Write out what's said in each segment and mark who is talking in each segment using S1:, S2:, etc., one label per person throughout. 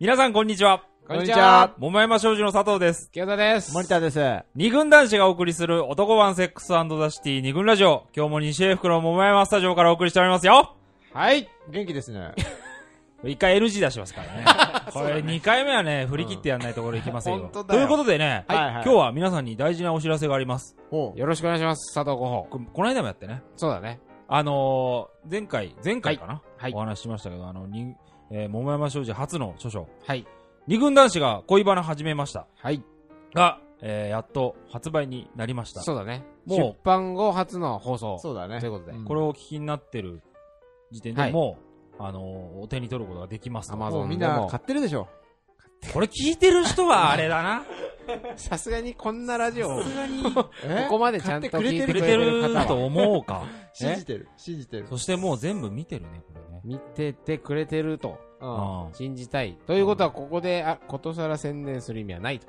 S1: 皆さんこんにちは。
S2: こんにちは。
S1: 桃山商事の佐藤です。
S2: 清田です。
S3: 森田です。
S1: 二軍男子がお送りする男版セックスザシティ二軍ラジオ。今日も西英福の桃山スタジオからお送りしておりますよ。
S2: はい。
S3: 元気ですね。
S1: 一回 LG 出しますから ね。これ二回目はね、振り切ってやんないところいきませんよ。
S2: 本当だ
S1: と
S2: よ
S1: いうことでね、
S3: はいは
S1: 今
S3: い
S1: 日は皆さんに大事なお知らせがあります。
S3: おう
S2: よろしくお願いします。佐藤候補。
S1: これこの間もやってね。
S2: そうだね。
S1: あのー、前回、前回かな、
S2: はい
S1: お話ししましたけど、あの、にえー桃山商事初の著書、
S2: はい。
S1: 二軍男子が恋バナ始めました。
S2: はい。
S1: が、えーやっと発売になりました。
S2: そうだね。
S1: もう
S2: 出版後初の放送。
S3: そうだね。
S2: ということで
S3: ん
S1: これをお聞きになってる時点で
S2: はい
S1: もう、あのーお手に取ることができますと。
S2: Amazon
S3: もうみんな買ってるでしょ。
S1: これ聞いてる人はあれだな。
S2: さすがにこんなラジオを、こ
S3: え
S2: こまでちゃんと
S3: 買って
S2: 聞い
S3: く
S2: て
S1: く
S2: く
S1: れ
S2: れ
S1: て
S2: てる
S1: る
S2: 方は、
S1: と思うか。
S3: 信じてる。信じてる。
S1: そしてもう全部見てるね、こ れね。
S2: 見ててくれてると
S3: うん
S1: あ
S2: 信じたい。ということは、ここで、あ、ことさら宣伝する意味はないと。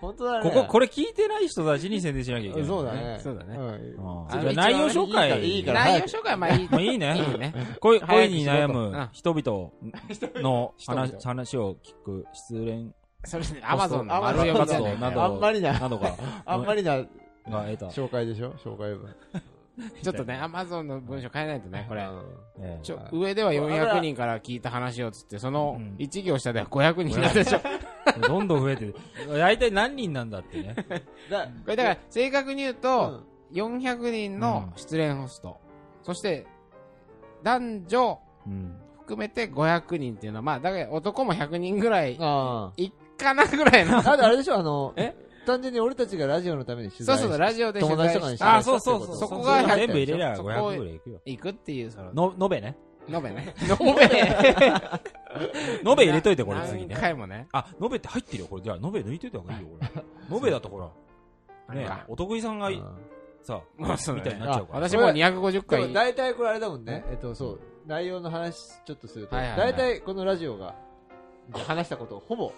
S3: 本当だ
S1: あ
S3: ね。
S1: ここ、これ聞いてない人たちに宣伝しなきゃいけない。
S3: そうだね。
S2: そうだね
S3: うん
S1: うん。
S2: あ
S1: じゃあ内容紹介。
S3: いいから
S2: 内容紹介はまあいい。
S1: まあいいね
S2: いいね。
S1: 恋
S2: 早
S1: 恋
S2: く
S1: に
S2: しろと
S1: 悩む人々の
S3: 人々
S1: 話話を聞く失恋
S2: それで、アマゾンの
S3: あ
S2: 丸
S1: 読
S2: 四
S1: み
S2: つ
S1: だ
S2: だ
S1: ね
S2: ね。
S3: あんまりな、
S1: などが
S3: あんまりな
S1: が得た、
S3: 紹介でしょ紹介文。
S2: ちょっとね、アマゾンの文章変えないとね、これ。
S1: ええ
S2: ちょ上では400人から聞いた話をつって、その
S1: うん
S2: 1行下では500人なんでしょ。こ
S1: どんどん増えてる大体何人なんだってね
S3: だ
S2: れだから、正確に言う
S3: う
S2: と
S3: ん、
S2: 400人の失恋ホスト、そして、男女
S1: うん
S2: 含めて500人っていうのは、まあ、だから男も100人ぐらい
S3: あ
S2: いっかなぐらいの
S3: あ。。だってあれでしょあの
S1: え、
S3: 単純に俺たちがラジオのために取
S2: そ
S3: 材
S2: うそう、ラジオで取
S3: 友
S2: 材
S3: 達とか
S2: し
S3: に
S2: た
S1: あ
S3: あ
S1: そ
S3: そう
S1: そ
S3: うそうう
S1: そ
S3: そうう
S1: 全部入れりゃ
S2: そこ
S1: 500ぐらいいくよ
S2: 行くっていう、その、
S1: の延べね
S2: 延べね。延べ
S1: 延べ入れといてこれ次
S2: 何
S1: ね
S2: 回もね。
S1: あ延べって入ってるよこれじゃあ延べ抜いといた方がいいよこれ延べだとほらね
S2: なんか
S1: お得意さんが
S3: うん
S1: さ
S2: もうそう
S1: みた
S2: だ
S1: いに
S2: ね。
S1: なっちゃうから
S2: 私もう250
S3: でも
S2: 回。
S3: 大体これあれだもんね。えっと、そう。内容の話ちょっとすると、
S2: はいはいはい
S3: 大体このラジオが話したことをほぼ、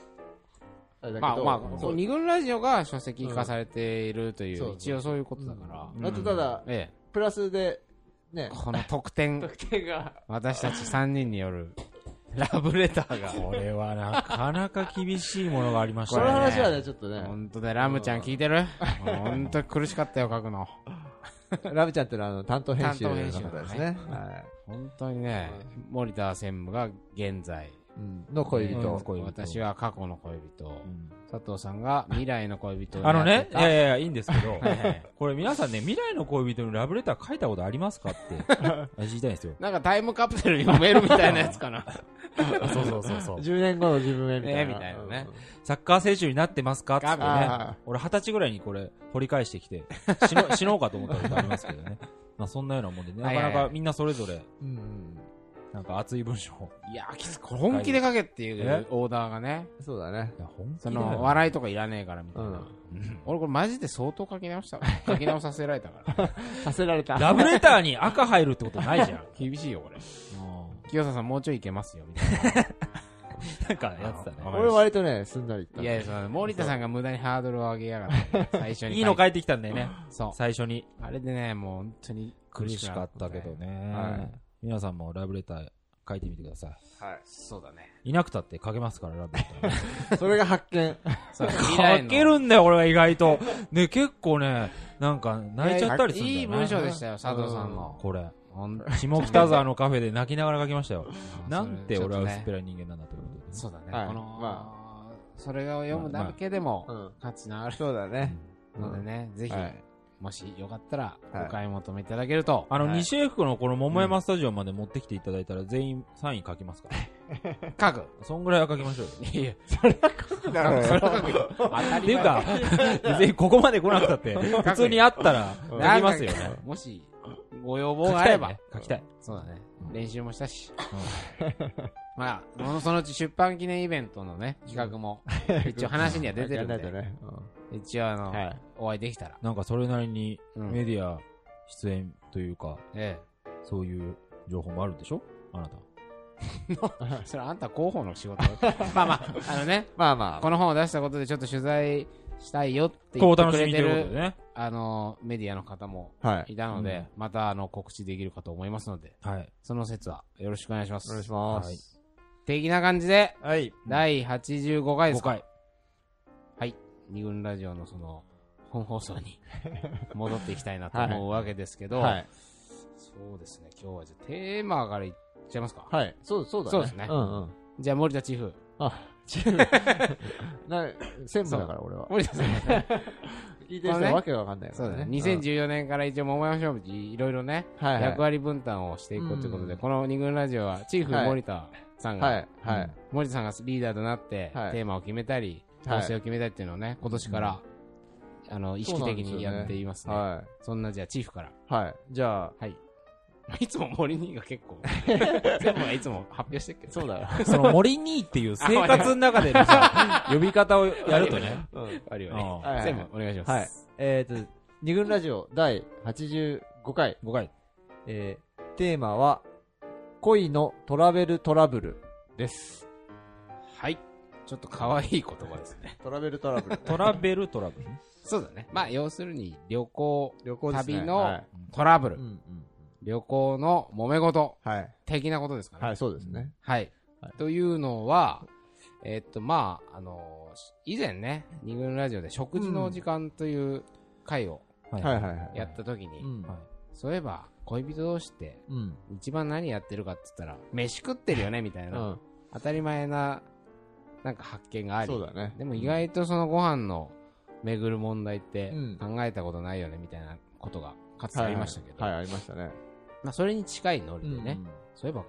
S3: あれだけ
S2: まあ
S3: ど、
S2: まあ、
S3: そ
S2: こう
S3: う
S2: 二軍ラジオが書籍化されているとい
S3: うんそう
S2: う、
S3: そう
S2: 一応そういうことだから。
S1: うん
S3: あとただ、
S2: え
S3: プラスで、
S2: え、
S3: ね、
S2: この特典、
S3: 点が、
S2: 私たち3人によるラブレターが。
S1: これはなかなか厳しいものがありまし
S3: こ
S1: た
S3: の
S1: ね
S3: 話はね、ちょっとね、
S2: 本当だ、ラムちゃん聞いてる本当苦しかったよ、書くの。
S3: ラブちゃんってのはあの担当編集の
S2: 担当
S3: 方
S2: 編
S3: で
S2: 集
S3: す
S2: の
S3: ね。はい。
S2: 本当にね、森田専務が現在、
S3: うんの恋人。
S1: うん恋人
S2: 私は過去の恋人
S1: う、ん
S2: 佐藤さんが未来の恋人を
S1: あのね、い
S2: やってた
S1: やいやいや、いいんですけど
S2: はいはい、
S1: これ皆さんね、未来の恋人にラブレター書いたことありますかって、 知りたいんですよ。
S2: なんかタイムカプセル読めるみたいなやつかな。
S1: そうそうそうそう。
S3: 10年後の自分へみたいな。
S2: ねみたいなね
S1: サッカー選手になってますかってね。
S3: あ
S1: 俺二十歳ぐらいにこれ、掘り返してきて、死 の死のうかと思ったことありますけどね。まあそんなようなもんでね、なかな
S2: は
S1: い
S2: はいは
S1: か
S2: い
S1: みんなそれぞれ、
S3: ーうんうん。
S1: なんか熱い文章を。
S2: いや、きつこれ本気で書けってい
S1: え
S2: うオーダーがね。
S3: そうだね。
S1: いや、本
S2: そ
S1: 当
S2: の、
S1: に。
S2: 笑いとかいらねえからみたいな。
S3: うん
S2: 俺これマジで相当書き直したわ。書き直させられた から。
S3: させられた。
S1: ラブレターに赤入るってことない じゃん。
S2: 厳しいよ、これ。
S1: うん
S2: 清田さんもうちょいいけますよ、みたい
S1: なんかやってた
S2: あ
S1: ね。
S3: 俺割とね、すんなりいった。
S2: な。いやいや、その、森田さんが無駄にハードルを上げやがって。 最初に。
S1: いいの帰ってきたんだよね、
S2: そ
S1: 最初に。
S2: う。あれでね、もう本当に
S1: 苦しかったけど。
S3: は
S1: ね
S3: い。
S1: 皆さんもラブレター書いてみてください。
S3: はい。
S2: そうだね。
S1: いなくたって書けますから、ラブレタ ー。
S3: それが発見。
S2: そう、未
S1: 書けるんだよ、俺は意外と。ね、結構ね、なんか泣いちゃったりするんだよ、ね。
S2: いい文章でしたよ、佐藤さんの。
S1: これ。
S2: ほんと
S1: 下北沢のカフェで泣きながら書きましたよ。
S2: に
S1: なんて俺は薄っぺ
S2: ら
S1: らい人間なんだってことで、
S2: そうだね。
S3: はい
S2: この、まあ、それを読むだけで
S3: う
S2: も、
S3: ん。
S2: 価値のある
S3: そうだね。
S2: のでね、ぜひ
S3: はい、
S2: もしよかったら、
S3: はい
S2: お買い求めいただけると、
S1: あの、
S3: はい
S1: 西英福のこの桃山スタジオまで持ってきていただいたら全員サイン書きますから。
S2: 書く。
S1: そんぐらいは書きましょうよ。
S2: いや、
S3: だから
S2: それは書くよ。 当た
S1: って
S2: り
S1: いう
S2: 前
S1: か、別にここまで来なくたって、普通にあったら、なりますよ
S2: なん
S1: ね
S2: か。もし、ご要
S1: 書
S2: 望
S1: き
S2: があ
S1: た
S2: れ
S1: い
S2: ば
S1: ね。。書きたい。
S2: そうだね
S1: う。ん
S2: 練習もしたし。まあ、そのそのうち出版記念イベントのね、企画も、一応話には出てるん
S3: やんないと
S2: で、
S3: ね。
S2: 一応あ
S3: うん
S2: の、
S3: はい。
S2: お会いできたら。
S1: なんかそれなりに
S2: うん
S1: メディア出演というか、
S2: え
S1: そういう情報もあるんでしょあなた。
S2: え。 それあんた広報の仕事 まあまあ、あのね、
S3: まあまあ。
S2: この本を出したことでちょっと取材したいよって言
S1: こ
S2: っ
S1: う
S2: て
S1: 楽
S2: く
S1: し
S2: れ
S1: み
S2: て
S1: ということで
S2: る、
S1: ね。
S2: あの、メディアの方も
S3: はい。
S2: いたので、またあの、告知できるかと思いますので、
S1: はい。
S2: その説はよろしくお願いします。
S3: お願いします。
S2: 的な感じで、
S4: はい。
S2: 第85回で
S4: 5
S2: すか。
S4: 回。
S2: 二軍ラジオのその、本放送 に戻っていきたいなと思うわけですけど、
S4: はい。
S2: そうですね、今日はじゃあテーマからいっちゃいますか。
S4: はい。
S3: そう、そうだね。
S2: そうですね
S3: うん うん。
S2: じゃあ森田チーフ。
S3: あ、チーム。な、専務だから俺は。
S2: 森田さん。
S3: 聞いてる人はわけがわかんない か
S2: そう
S3: ら
S2: だ
S3: ね。
S2: ね。2014年から一応桃山商事いろいろね、
S3: うんはいはい。
S2: 役割分担をしていこうということで、
S3: うん
S2: この二軍ラジオはチーフ
S3: はい
S2: 森田さんが、
S3: はい、はい。
S2: 森田さんがリーダーとなって、
S3: はい
S2: テーマを決めたり、
S3: はい
S2: 構成を決めたりっていうのをね、今年から、あの、意識的にやっていますね。そん
S3: は
S2: な、じゃあ、チーフから。
S3: い。はい。じゃあ、
S2: はい。 いつも森兄が 結構、全部がいつも発表してるけど。
S3: そうだ よ。
S4: その森兄っていう生活の中でのさ呼び方をやるとね。
S3: うん
S2: あるよ
S4: うん
S2: ね。
S3: はいはい
S2: 全部お願いします。
S3: はい。えっと、二軍ラジオ第85回、
S4: 5回。
S3: えーテーマは、恋のトラベルトラブルです。
S2: はい。ちょっと可愛い言葉ですね。
S3: トラベルトラブル。
S4: トラベルトラブルね。
S2: そうだね。まあ、要するに、旅行、
S3: 旅行ですね。
S2: 旅の
S3: はい
S2: トラブ
S3: う
S2: ル
S3: ん、うん。
S2: 旅行の揉め事、
S3: はい。
S2: 的なことですかね。
S3: はい、そうですね。
S2: はい。
S3: はい
S2: というのは、えっと、まあ、あの以前ね、二軍ラジオで食事の時間という回を
S4: はい
S3: はいはいはい。
S2: やった時に、
S3: うん。
S4: はい
S2: そういえば、恋人同士って
S3: うん。
S2: 一番何やってるかって言ったら、飯食ってるよね、みたいな、
S3: うん
S2: 当たり前な、なんか発見があり
S3: そう、だね。
S2: でも意外とそのご飯の巡る問題って
S3: うん
S2: 考えたことないよね、みたいなことがかつてありましたけど、
S3: はい、はいはいありましたね。
S2: まあ、それに近いノリでね、
S3: うん
S2: そういえば、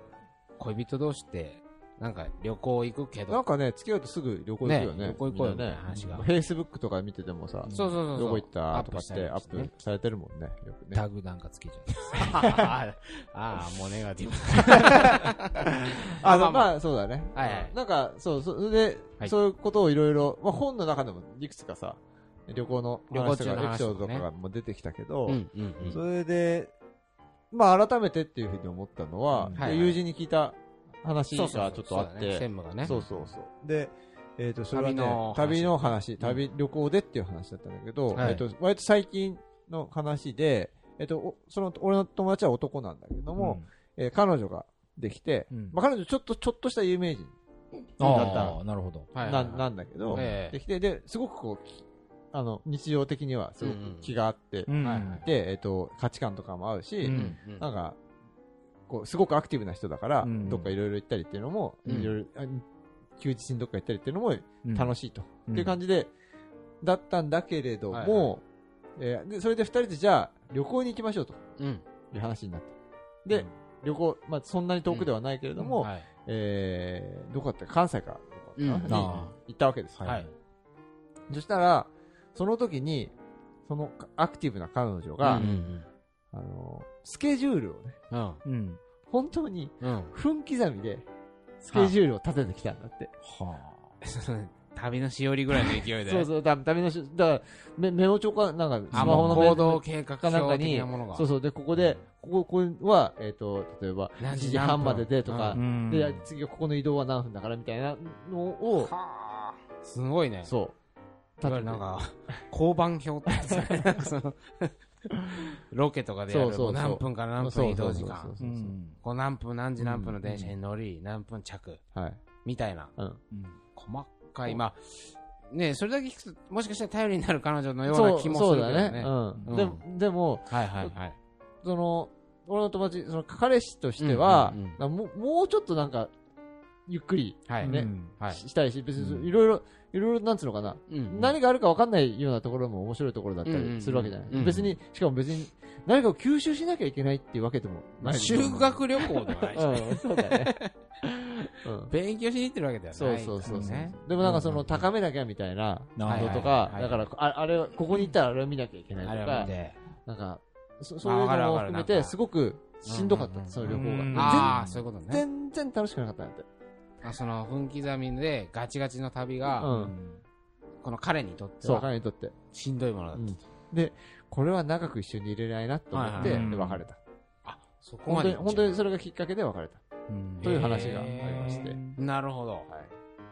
S2: 恋人同士って、なんか旅行行くけど
S3: なん、かね、付き合うとすぐ旅行行くよね。
S2: ね旅行行こうよ
S3: みんな
S2: みたい
S3: ね。
S2: な話が
S3: フェイスブックとか見ててもさ、
S2: そうそうそうそう。
S3: どこ行ったと
S2: アッ
S3: か
S2: プ
S3: っ
S2: したり
S3: てアッ
S2: してね
S3: プされてるもんね。よくね。
S4: タグなんかつけちゃう。
S2: ああ ああ、もうネガティブ。
S3: あ
S2: まあ
S3: の、
S2: まあ
S3: まあ、そうだね。
S2: はいはい
S3: なんか、そう、そそれで、
S2: はい
S3: そういうことをいろいろ、まあ本の中でもいくつかさ、旅行の
S2: 旅行
S3: 話
S2: 中
S3: と
S2: の
S3: か
S2: 話とかね
S3: エピソードとかがもう出てきたけど、
S2: うんうんうん。
S3: それで、まあ改めてっていうふうに思ったのは、
S4: うん
S2: はいはい
S3: 友人に聞いた話
S2: そ
S3: が
S2: う
S3: ち
S2: そう
S3: ょっとあ
S2: そ
S3: っ
S2: うだね専
S3: て、
S2: 務がね。
S3: そうそうそう。で、えっ、と、それはね
S2: 旅の話、
S3: 旅の話、旅、旅行でっていう話だったんだけど、
S2: はい
S3: えっ、と、割と最近の話で、えっ、と、おその、俺の友達は男なんだけども、えー彼女ができて、
S4: うん
S3: まあ彼女ちょっと、ちょっとした有名人
S4: うん、
S3: だった
S4: ああ、なるほど。
S2: はいはい
S3: な
S2: はい
S3: んなんだけど、
S2: ええ
S3: できて、で、すごくこう、きあの、日常的にはすごく気があって、
S4: うん
S2: はいはい
S3: で、えっ、と、価値観とかも合うし、
S4: うん
S2: うん
S3: なんか、こう、すごくアクティブな人だから、
S4: うん
S3: どっかいろいろ行ったりっていうのも、
S2: うん
S3: いろいろ、あ休日にどっか行ったりっていうのも楽
S4: し
S3: しいと、
S4: うん
S3: っていう感じで、だったんだけれど
S2: はいは
S3: も、えーで、それで二人でじゃあ、旅行に行きましょうと
S2: うん。
S3: いう話になって。で、
S4: うん
S3: 旅行、まあ、そんなに遠くではないけれども、
S2: はい。
S3: えー、どこだったか、関西か、
S2: うん
S3: どこだったかな
S4: ああ
S3: に行ったわけですよ、
S2: はい。
S3: そしたら、その時に、そのアクティブな彼女が、
S2: うんうん
S3: あの、スケジュールをね、
S2: うん。
S4: い。うん。
S3: 本当に
S2: うん。
S3: 分刻みで、スケジュールを立ててきたんだって。
S4: は
S2: うん。旅のしおりぐらいの勢いで。
S3: そうそう、だ旅のし、だから、メメモ帳か、なんか、
S2: あ、
S3: スマホ
S2: も
S3: の
S2: う
S3: メ
S2: 行動計画
S3: かなんか
S2: 表的
S3: に
S2: なものが。
S3: そうそう、で、ここで、ここ、ここは、えっ、と、例えば、1
S2: 何時
S3: 時半まででと
S4: あ。
S3: か
S4: う、ん。
S3: で、次はここの移動は何分だからみたいなのを、
S2: はあ。すごいね。
S3: そう。
S2: いわゆるなんか、交番表ってやつ だねなんかその、ロケとかでやる
S3: そうそ
S2: こう
S3: うそう
S2: 何分から何分移動時間。
S4: う。
S3: そうそうそうん
S2: こう何分何時何分の電車に乗り、何分着、
S3: はい。
S2: みたいな。
S3: うん。
S2: 細かい。まあ、ねそれだけ聞くと、もしかしたら頼りになる彼女のよう
S3: そ
S2: な
S3: う
S2: 気も
S3: そ
S2: す
S3: う
S2: るけ
S3: だ
S2: ど
S3: ね。
S2: ね。
S3: うん。
S2: う
S3: で
S2: ん
S3: も、でも、
S2: はいはいはい。
S3: その、俺の友達、その、彼氏としては
S2: うんうんうん、
S3: なんかもうもうちょっとなんか、ゆっくり
S2: はい。
S3: ね
S4: うん
S2: はい。
S3: ししたいし、別
S4: うん
S3: に、いろいろ、いろいろ、なんつうのかな。
S2: うん
S3: 何があるか分かんないようなところも面白いところだったりするわけじゃな
S2: うんうんうん
S3: い。別に、しかも別に、何かを吸収しなきゃいけないっていうわけでもない。
S2: 修学旅行ではないし、
S3: うん、 そうだ ね。うん。
S2: 勉強しに行ってるわけでは
S3: そ
S2: な
S3: う
S2: い。
S3: そうそうそう
S2: ね。
S3: でもなんかそ
S4: うんうんう
S3: の、
S4: ん
S3: 高めなきゃみたいな
S4: はいはい
S3: の
S4: はい
S3: とか、
S2: はい
S3: だから、ああれは、ここに行ったらあれを見なきゃいけない
S2: あれ
S3: と
S2: は
S3: か
S2: 見、て。
S3: なんか、そそういう
S2: わかる
S3: の
S2: わ
S3: も
S2: かる
S3: 含め
S2: な
S3: て、
S2: んか
S3: すごくしんどかった
S2: うんう、ん
S3: その旅行
S4: うん
S3: が。
S2: ああ、そういうことね。
S3: 全然楽しくなかったんだって。
S2: あその、分刻みでガチガチの旅
S3: う
S2: が、
S3: ん。
S2: この彼にとって
S3: そう、
S2: は
S3: 彼にとって。
S2: しんどいものだった。
S3: で、これは長く一緒にいれないなと思って、
S2: はい
S4: はい
S3: で別れた。
S2: そこ
S3: 本
S2: ま
S3: 当
S2: で
S3: に、本当にそれがきっかけで別れた。
S4: うん
S3: という話がありまして
S2: へーなるほど。
S3: はい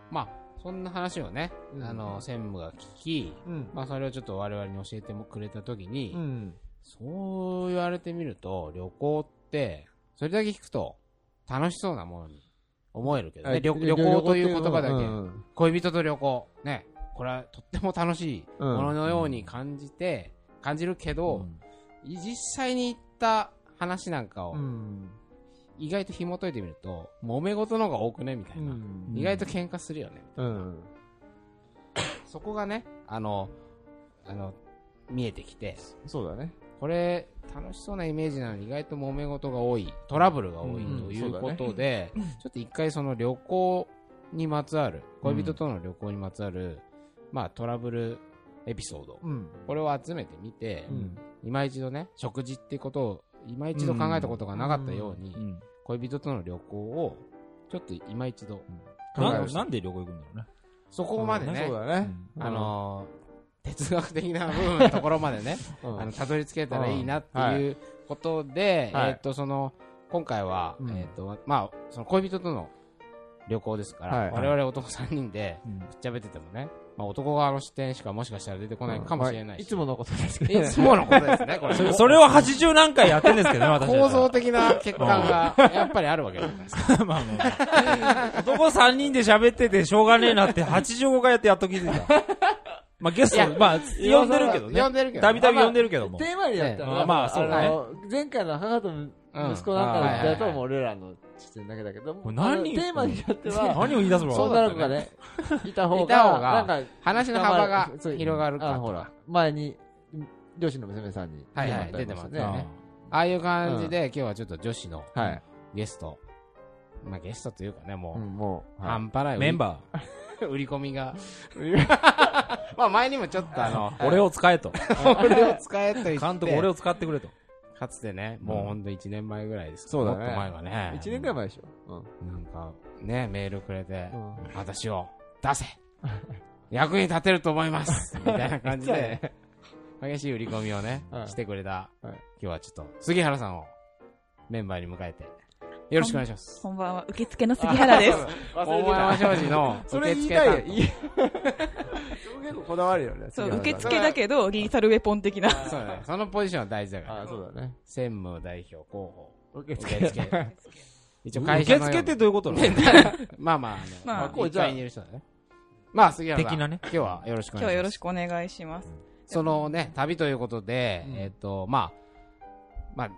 S2: まあ、そんな話をね、
S3: うん
S2: あの、専務が聞き、
S3: うん。
S2: まあ、それをちょっと我々に教えてもくれたときに、
S3: うん。
S2: そう言われてみると、旅行って、それだけ聞くと、楽しそうなものに思えるけど
S3: あ
S2: ね。旅旅行という言葉だけ。
S3: うん
S2: 恋人と旅行。ね。これはとっても楽しい
S3: うん
S2: もののように感じて、感じるけど、い実際に行った話なんかを
S3: うん
S2: 意外と紐解いてみると、揉め事の方が多くねみたいうな。
S3: ん
S2: 意外と喧嘩するよね。
S3: うん
S2: そこがね、あの、あの、見えてきて、
S3: そうだね
S2: これ、楽しそうなイメージなのに意外と揉め事が多い、トラブルが多い
S3: うん
S2: ということで、ちょっと一回その旅行にまつわる、恋人との旅行にまつわる、まあトラブルエピソード、
S3: うん
S2: これを集めてみて、
S3: うん
S2: 今一度ね、食事ってことを、今一度考えたことがなかったように、
S4: うん
S2: 恋人との旅行を、ちょっと今一度、
S3: 考え
S4: な
S3: ま
S4: ん
S3: し
S4: なんで旅行行くんだろうね。
S2: そこまでね、
S3: そうだね
S2: あのー哲学的な部分のところまでね、
S3: うん
S2: あのたどり着けたらいいなって
S3: うんはい
S2: いうことで、
S3: はい
S2: えっ、とその今回は、
S3: うん
S2: えっ、とまあその恋人との旅行ですから、
S3: はい
S2: 我々男3人で
S4: うん
S2: くっちゃべっててもね、まあ男側の視点しかもしかしたら出てこないかもしれないし、
S3: いつものことですけど
S2: いつものことですね、これ。
S4: それそれを80何回やってんですけどね、私たち
S2: 構造的な欠陥がやっぱりあるわけじゃないです か。
S4: まあまあ男3人で喋っててしょうがねえな って85回やってやっと気づいた。まあゲス
S2: いや
S4: ト、まあ呼んでるけど
S2: 呼ん
S4: ね。
S2: でるけど、
S4: たびたび呼んでるけども
S3: テ。ーマにやった
S4: ね
S3: ら
S4: まあそうだね
S3: あの前回の母と息子なんかの時代とはもう俺らの視点だけだけど
S4: これ何
S3: あのテーマによっ て は
S4: 何を言い出すの
S2: そう
S3: 女の子がねいた方
S2: いた方
S3: が
S2: が
S3: なんか
S2: 話の幅が
S3: そう
S2: 広がるか
S3: あ
S2: と
S3: ほ。
S2: から
S3: 前に両親の娘さんに
S2: はいはい
S3: 出てました
S2: 出てま
S3: ね
S2: すねああいう感じで、今日はちょっと女子の
S3: はい
S2: ゲスト、まあゲストというかね、もう、
S3: うんもうはい
S2: 半端ない
S4: メンバ
S2: 売り込 みが。まあ前にもちょっとあの、
S4: ー、俺を使えと。
S2: 俺 を使えと言って。
S4: 監督、俺を使ってくれと。
S2: かつてね、もうほんと1年前ぐらいですか
S3: そうだね
S2: もっと前はね。
S3: 一年ぐらい前でしょうん
S2: なんか、ね、メールくれて、
S3: うん
S2: 私を出せ 役に立てると思い ますみたいな感じで、激しい売り込みをね
S3: は、い
S2: してくれた、
S3: い
S2: 今日はちょっと、杉原さんをメンバーに迎えて、よろしくお願いします。
S5: こんばんは、受付の杉原です。
S2: 大前商事の
S3: そ
S2: 受
S3: れ言い
S2: 付
S3: たいよ
S2: 担当
S3: 言い結構こだわるよね
S5: そ
S3: 杉
S5: う、
S3: 原
S5: 受
S3: さん
S5: 付だけど、リーサルウェポン的な。
S2: そうだね。そのポジションは大事だから。
S3: あそうだね
S2: 専務代表候
S3: 受
S2: 補。受付。 一応
S4: 受
S2: 会社の
S4: 付ってどういうことな の
S2: まあまあ、
S5: まあ
S2: まあ、
S3: こう
S2: 1
S3: じゃあ
S2: 階にいる人だね。まあ、杉原さん。
S4: 的なね
S2: 今日はよろしくお
S5: 今日
S2: 願
S5: はい
S2: し
S5: よ
S2: ま
S5: ろ
S2: す
S5: し。くお願いします。
S2: そのね、旅ということで、
S3: うん
S2: えっと、まあ、まあ、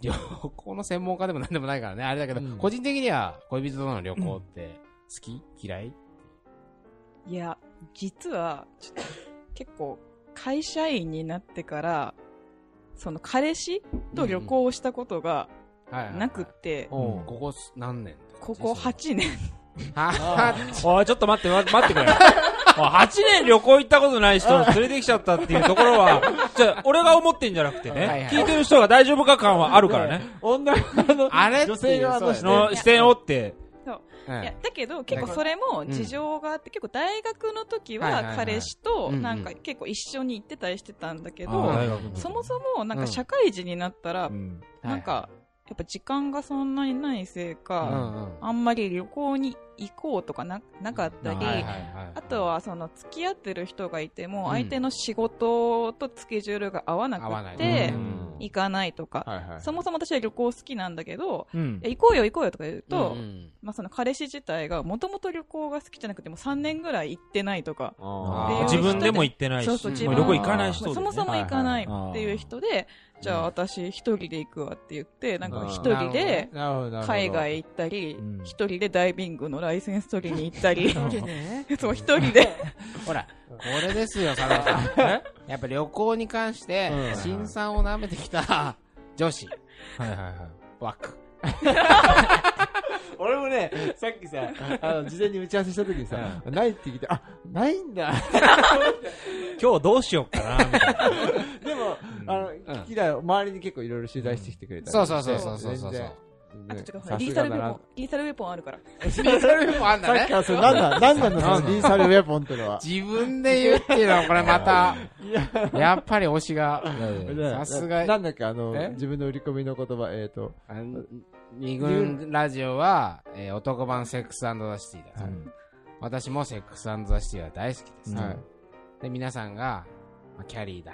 S2: 旅行の専門家でも何でもないからね、あれだけど、
S3: うん
S2: 個人的には恋人との旅行って好き嫌い
S5: いや、実は、ちょっと、結構、会社員になってから、その、彼氏と旅行をしたことが
S2: はいはいはい
S5: なくって、
S3: おう
S2: ここ何年
S5: ここ8年。
S2: は
S4: おい、ちょっと待って、ま待ってくれ。8年旅行行ったことない 人を連れてきちゃったっていうところは、じゃあ、俺が思ってんじゃなくて
S2: はいはい
S4: ね、聞いてる人が大丈夫か感はあるからね。
S3: 女の
S2: あれっていう
S3: 女性側の視
S2: そ
S4: そ
S2: うん
S3: 点
S4: の視点を追って、
S2: うん
S5: いや、だけど、結構それも
S2: ん
S5: 事情があって、結構大学の時
S2: はいはいは
S5: は、
S2: い
S5: 彼氏と、
S2: うんうん
S5: なんか結構一緒に行ってたりしてたんだけ
S4: あー
S5: ど、
S4: 大学の時
S5: そもそも、なん
S2: う
S5: か
S2: ん
S5: 社会人になったら
S4: う、ん
S5: なんか、やっぱ時間がそんなにないせいか、
S2: はいはい、うんうん
S5: あんまり旅行に行こうとかななかったり、
S2: はいはいはい
S5: あとはその付き合ってる人がいて
S2: うん
S5: も、相手の仕事とスケジュールが合わな
S2: 合わな
S5: く
S2: い
S5: て
S4: うん、
S5: 行かないとか、
S3: はいはい
S5: そもそも私は旅行好きなんだけど、
S4: うん
S5: いや行こうよ行こうよとか言うと、
S2: うんうん
S5: まあ、その彼氏自体がもともと旅行が好きじゃなくても3年ぐらい行ってないとか、
S3: あ
S5: ー
S3: ー
S4: 自分でも行ってないし、
S5: そうそう自
S4: もう
S5: 分
S4: 旅行行かない人
S5: まあ
S4: で
S5: そもそも行かない
S4: はいはい
S5: っていう人で、じゃあ私一人で行くわって言って、なんか
S2: な
S5: 一
S2: る
S5: 人
S2: ほどね
S5: で
S3: なるほどなるほど
S5: 海外行ったり
S4: うん、
S5: 一人でダイビングのライセンス取りに行っ たり、
S3: ね
S5: そう、一人で。
S2: ほら、これですよ、佐野さ ん。やっぱ旅行に関して
S3: う、ん
S2: 新さんを舐めてきた女子、
S4: はいはいはい。
S2: 枠。
S3: 俺もね、さっきさ、あの、事前に打ち合わせした時にさ、ないって聞いて、あ、ないんだ。
S4: 今日どうしようかな、みたいな。
S3: でも、あの、聞きだよ。周りに結構いろいろ取材してきてくれたりして。
S2: そうそうそうそうそうそう。
S5: あ
S3: 全
S5: と、
S3: 然
S5: ちょっとほ
S3: さ
S5: らリー
S3: す
S5: サ
S3: が
S5: ル
S3: だ
S5: ウェ
S3: な
S5: ポン、リーサルウェポンあるから。
S2: それもあんだ
S3: さっき
S2: ね。
S3: からそれ何なんなんなのそのリーサルウェポンってのは。
S2: 自分で言うっていうのは、これまた、やっぱり推しが、さすが
S3: なんだっけ、あの
S2: え、
S3: 自分の売り込みの言葉、えっと、
S2: あの二軍ラジオは、えー男版セックスザシティだ。私もセックスザシティは大好きです。
S4: うん
S3: はい。
S2: で、皆さんが、まあキャリーだ。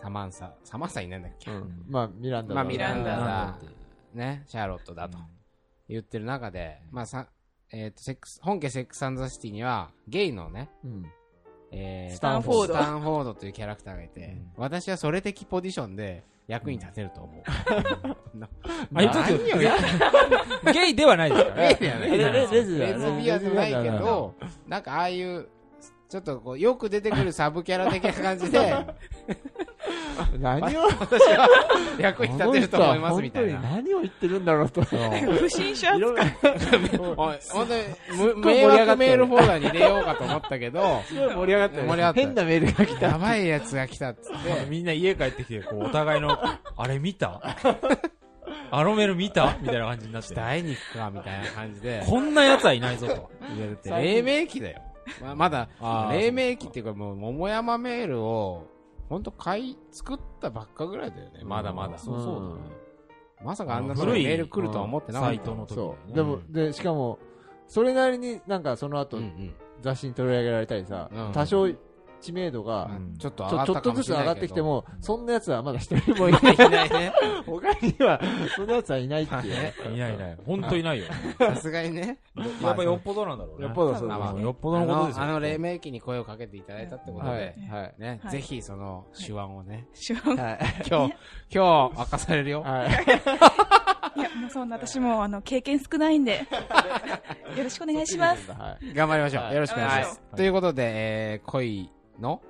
S2: サマンサ、サマンサいないんだっけ、
S3: うんまあ、ミランダだ
S2: まあ、ミランダ
S4: ミランダ
S2: だ
S4: だ。
S2: ね、シャーロットだと。言ってる中で、まあさ、えっ、と、セックス、本家セックスアンドザシティには、ゲイのね、
S3: うん。
S2: え
S5: スタンフォード
S2: スタンフォードというキャラクターがいて、私はそれ的ポジションで役に立てると思 う。な
S1: あ言ってたけど
S2: 何をやって
S1: ゲイではないですからね。
S2: ゲイではない
S1: レレレ
S2: レズ
S1: ズ
S2: ビ
S1: だ
S2: ア
S1: よ
S2: ン
S1: ね
S2: じゃないけど、なんかああいう、ちょっとこう、よく出てくるサブキャラ的な感じで、
S3: 何を、
S2: 私は役に立てると思いますみたい
S3: 本当
S2: な。
S3: に何を言ってるんだろうと。
S5: 不審者
S3: いろいろ
S2: おい本当に、む
S3: ごい盛
S2: 迷
S3: り上がった
S2: 惑メールフォーダーに入れようかと思った けど、
S3: すごい盛り上がったよね
S2: 盛り上がった
S3: 変なメールが来た。
S2: やばいやつが来たっつって、
S1: みんな家帰ってきて、こう、お互いの、あれ見たあのメール見たみたいな感じになって。
S2: 会いに行くかみたいな感じ で、
S1: こんな奴はいないぞと。
S2: 言われて、黎明期だよ。ままだ、
S1: あー
S2: 黎明期っていうかもう、桃山メールを、ほんと買い、作ったばっかぐらいだよね。まだまだ。
S3: そうそうだね
S2: まさかあんな
S1: あの
S2: その
S1: 古い
S2: メール来るとは思ってなか
S1: サ
S2: っ
S1: イ
S2: た。
S1: トの時だよ
S3: そ
S1: ね
S3: う。でも、で、しかも、それなりになんかその後
S2: うんうん
S3: 雑誌に取り上げられたりさ
S2: うん、
S3: 多少知名度が、
S2: あ
S1: ん
S2: ちょっと
S3: ち
S2: 上が
S3: ょ
S2: っ
S3: ちょ
S2: たか
S3: っと
S2: も
S3: ずつ
S2: しれな
S3: 上
S2: い
S3: がってき ても、そんな奴はまだ一人もいない。
S2: いないね。
S3: 他には、そんな奴はいないっていうね。
S1: いないいない。ほんといないよ。
S2: さすがにね。
S1: やっぱよっぽどなんだろうね。
S3: よっぽどそう
S2: まあ
S3: だ
S2: ま
S3: ね
S2: あ
S1: よっぽどのことですよ
S2: あの、あの黎明期に声をかけていただいたってこと
S3: はい
S2: で、。
S3: はい。
S2: ね、
S5: はい
S2: ぜひその手腕をね、
S5: 手腕
S3: はい。
S2: 今日、今日明かされるよ。
S3: はい。
S5: いや、もうそんな、私も、あの、経験少ないん で、よろしくお願いします。
S3: はい
S2: 頑張りましょう。よろしくお願いしま
S5: 頑張りまし
S2: す。ということで、えー恋の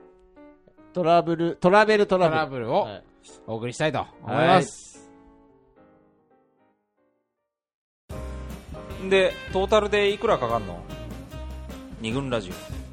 S3: トラブル、トラベルト
S2: ト
S3: ラ
S2: ラ
S3: ブ
S2: ブル
S3: ル。
S2: を
S3: はい
S2: お送りしたいと思います。
S1: で、トータルでいくらかかんの二軍ラジオ。